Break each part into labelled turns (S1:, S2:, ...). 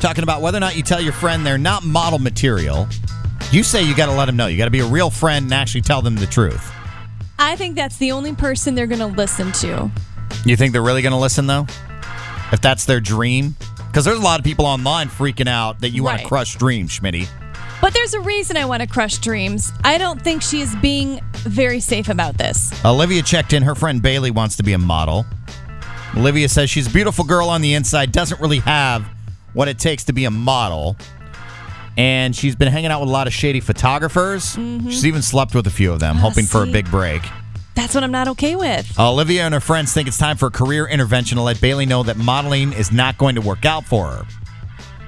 S1: talking about whether or not you tell your friend they're not model material. You say you got to let them know. You got to be a real friend and actually tell them the truth.
S2: I think that's the only person they're going to listen to.
S1: You think they're really going to listen though? If that's their dream? Because there's a lot of people online freaking out that you want
S2: Right.
S1: to crush dreams, Schmitty.
S2: But there's a reason I want to crush dreams. I don't think she is being very safe about this.
S1: Olivia checked in. Her friend Bailey wants to be a model. Olivia says she's a beautiful girl on the inside, doesn't really have what it takes to be a model. And she's been hanging out with a lot of shady photographers. She's even slept with a few of them, hoping for a
S2: Mm-hmm. see.
S1: big break.
S2: That's what I'm not okay with.
S1: Olivia and her friends think it's time for a career intervention to let Bailey know that modeling is not going to work out for her.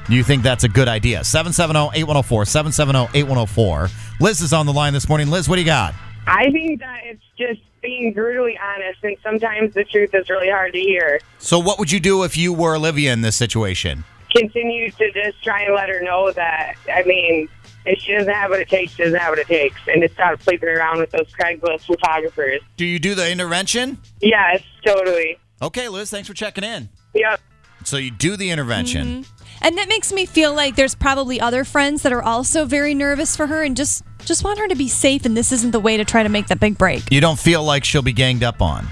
S1: Do you think that's a good idea? oh, 770 8104, 770 8104. Liz is on the line this morning. Liz, what do you got?
S3: I think that it's just being brutally honest, and sometimes the truth is really hard to hear.
S1: So, what would you do if you were Olivia in this situation?
S3: Continue to just try and let her know that, I mean, if she doesn't have what it takes, she doesn't have what it takes. And it's not sleeping around with those Craigslist photographers.
S1: Do you do the intervention?
S3: Yes, totally.
S1: Okay, Liz, thanks for checking in.
S3: Yep.
S1: So, you do the intervention.
S2: And that makes me feel like there's probably other friends that are also very nervous for her and just just want her to be safe and this isn't the way to try to make that big break.
S1: You don't feel like she'll be ganged up on.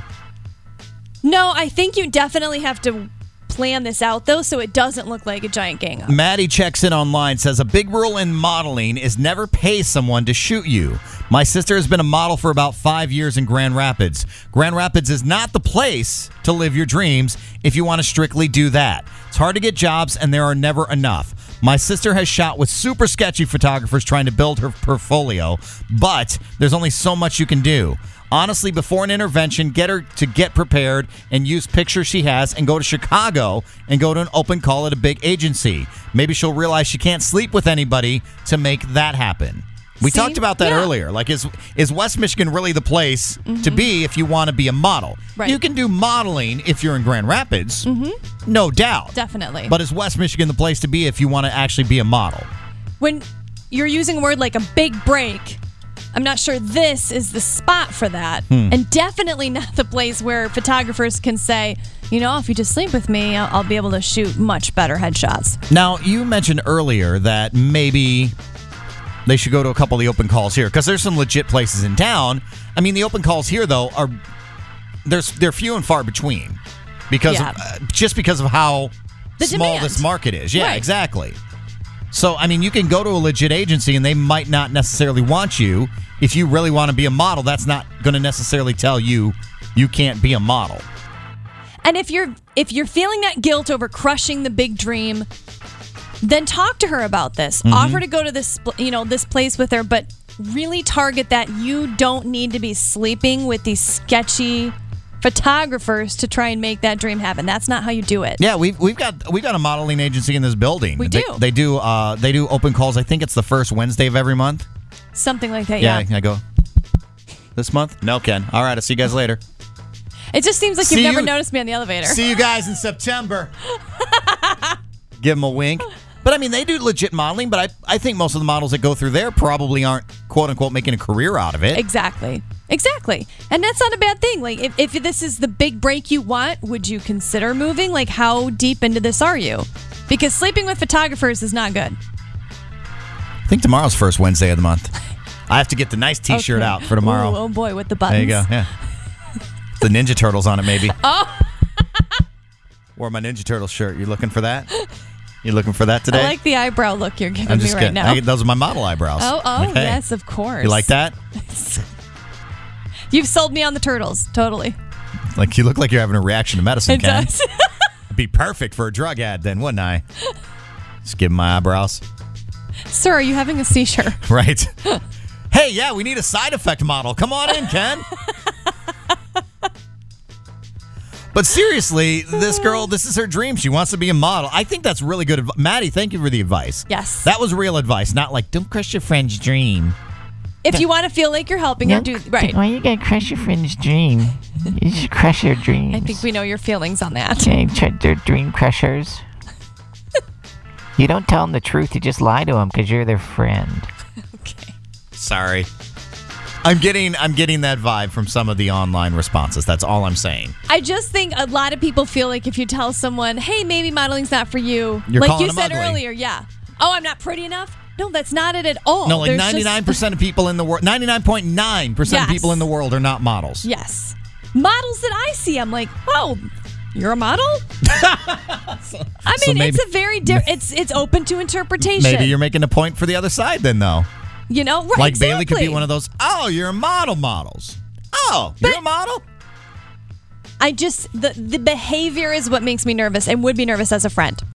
S2: No, I think you definitely have to plan this out though so it doesn't look like a giant gang up.
S1: Maddie checks in online says a big rule in modeling is never pay someone to shoot you. My sister has been a model for about five years in Grand Rapids. Grand Rapids is not the place to live your dreams if you want to strictly do that. It's hard to get jobs and there are never enough. My sister has shot with super sketchy photographers trying to build her portfolio, but there's only so much you can do. Honestly, before an intervention, get her to get prepared and use pictures she has and go to Chicago and go to an open call at a big agency. Maybe she'll realize she can't sleep with anybody to make that happen. We
S2: See?
S1: talked about that
S2: Yeah. Mm-hmm.
S1: earlier. Like, is is West Michigan really the place to be if you want to be a model?
S2: Right.
S1: You can do modeling if you're in Grand Rapids,
S2: Mm-hmm.
S1: no doubt.
S2: Definitely.
S1: But is West Michigan the place to be if you want to actually be a model?
S2: when you're using a word like a big break, I'm not sure this is the spot for that. And definitely not the place where photographers can say, you know, if you just sleep with me, I'll, I'll be able to shoot much better headshots.
S1: Now, you mentioned earlier that maybe they should go to a couple of the open calls here because there's some legit places in town. I mean, the open calls here though are there's they're few and far between because of-
S2: Yeah.
S1: uh, just because of how
S2: The
S1: small
S2: demand.
S1: this market is. Yeah,
S2: Right.
S1: exactly. So, I mean, you can go to a legit agency and they might not necessarily want you. If you really want to be a model, that's not going to necessarily tell you you can't be a model.
S2: And if you're if you're feeling that guilt over crushing the big dream, then talk to her about this. Offer to go to this pl- you know this place with her, but really target that you don't need to be sleeping with these sketchy photographers to try and make that dream happen. That's not how you do it.
S1: Yeah, we've we've got we've got a modeling agency in this building.
S2: We
S1: They-
S2: do.
S1: They, do uh they do open calls. I think it's the first Wednesday of every month.
S2: Something like that.
S1: Yeah,
S2: Yeah.
S1: I go. This month? No, Ken. All right, I'll see you guys later.
S2: It just seems like
S1: See
S2: you've never
S1: you-
S2: noticed me on the elevator.
S1: see you guys in September. Give them a wink. But I mean, they do legit modeling. But I I think most of the models that go through there probably aren't quote unquote making a career out of it.
S2: Exactly. Exactly. And that's not a bad thing. Like, if, if this is the big break you want, would you consider moving? Like, how deep into this are you? Because sleeping with photographers is not good.
S1: I think tomorrow's first Wednesday of the month. I have to get the nice T-shirt
S2: Okay.
S1: out for tomorrow.
S2: Ooh, oh boy, with the buttons.
S1: There you go. Yeah. the Ninja Turtles on it, maybe. Oh. Wore my Ninja Turtle shirt. You looking for that? You looking for that today?
S2: I like the eyebrow look you're giving
S1: am
S2: me
S1: just
S2: right
S1: kidding.
S2: now.
S1: I get- those are my model eyebrows.
S2: oh, oh,
S1: Okay.
S2: yes, of course.
S1: You like that?
S2: You've sold me on the turtles. Totally.
S1: Like you look like you're having a reaction to medicine.
S2: It
S1: Ken.
S2: does.
S1: It'd be perfect for a drug ad, then, wouldn't I? Just give 'em my eyebrows,
S2: Sir, are you having a seizure?
S1: right? hey, yeah, we need a side effect model. Come on in, Ken. But seriously, this girl, this is her dream. She wants to be a model. I think that's really good advice. Maddie, thank you for the advice.
S2: Yes.
S1: That was real advice, not like, don't crush your friend's dream.
S2: If you want to feel like you're helping her do right.
S4: Why you gotta crush your friend's dream? You should crush your dreams.
S2: I think we know your feelings on that.
S4: Okay, ch- they're dream crushers. you don't tell them the truth. You just lie to them because you're their friend.
S2: Okay.
S1: Sorry. I'm getting I'm getting that vibe from some of the online responses. That's all I'm saying.
S2: I just think a lot of people feel like if you tell someone, "Hey, maybe modeling's not for you,"
S1: You're
S2: like
S1: calling
S2: you
S1: them
S2: said
S1: ugly.
S2: earlier, yeah. Oh, I'm not pretty enough. No, that's not it at all.
S1: No, like
S2: Oh, There's just-
S1: 99% of people in the world, 99.9% of
S2: Yes.
S1: people in the world are not models.
S2: yes, models that I see, I'm like, oh, you're a model. I
S1: so
S2: mean,
S1: maybe-
S2: it's a very different. It's it's open to interpretation.
S1: Maybe you're making a point for the other side then though.
S2: you know, right,
S1: Like
S2: exactly.
S1: Bailey could be one of those, "Oh, you're a model models." Oh, you're a model?
S2: I just the the behavior is what makes me nervous and would be nervous as a friend.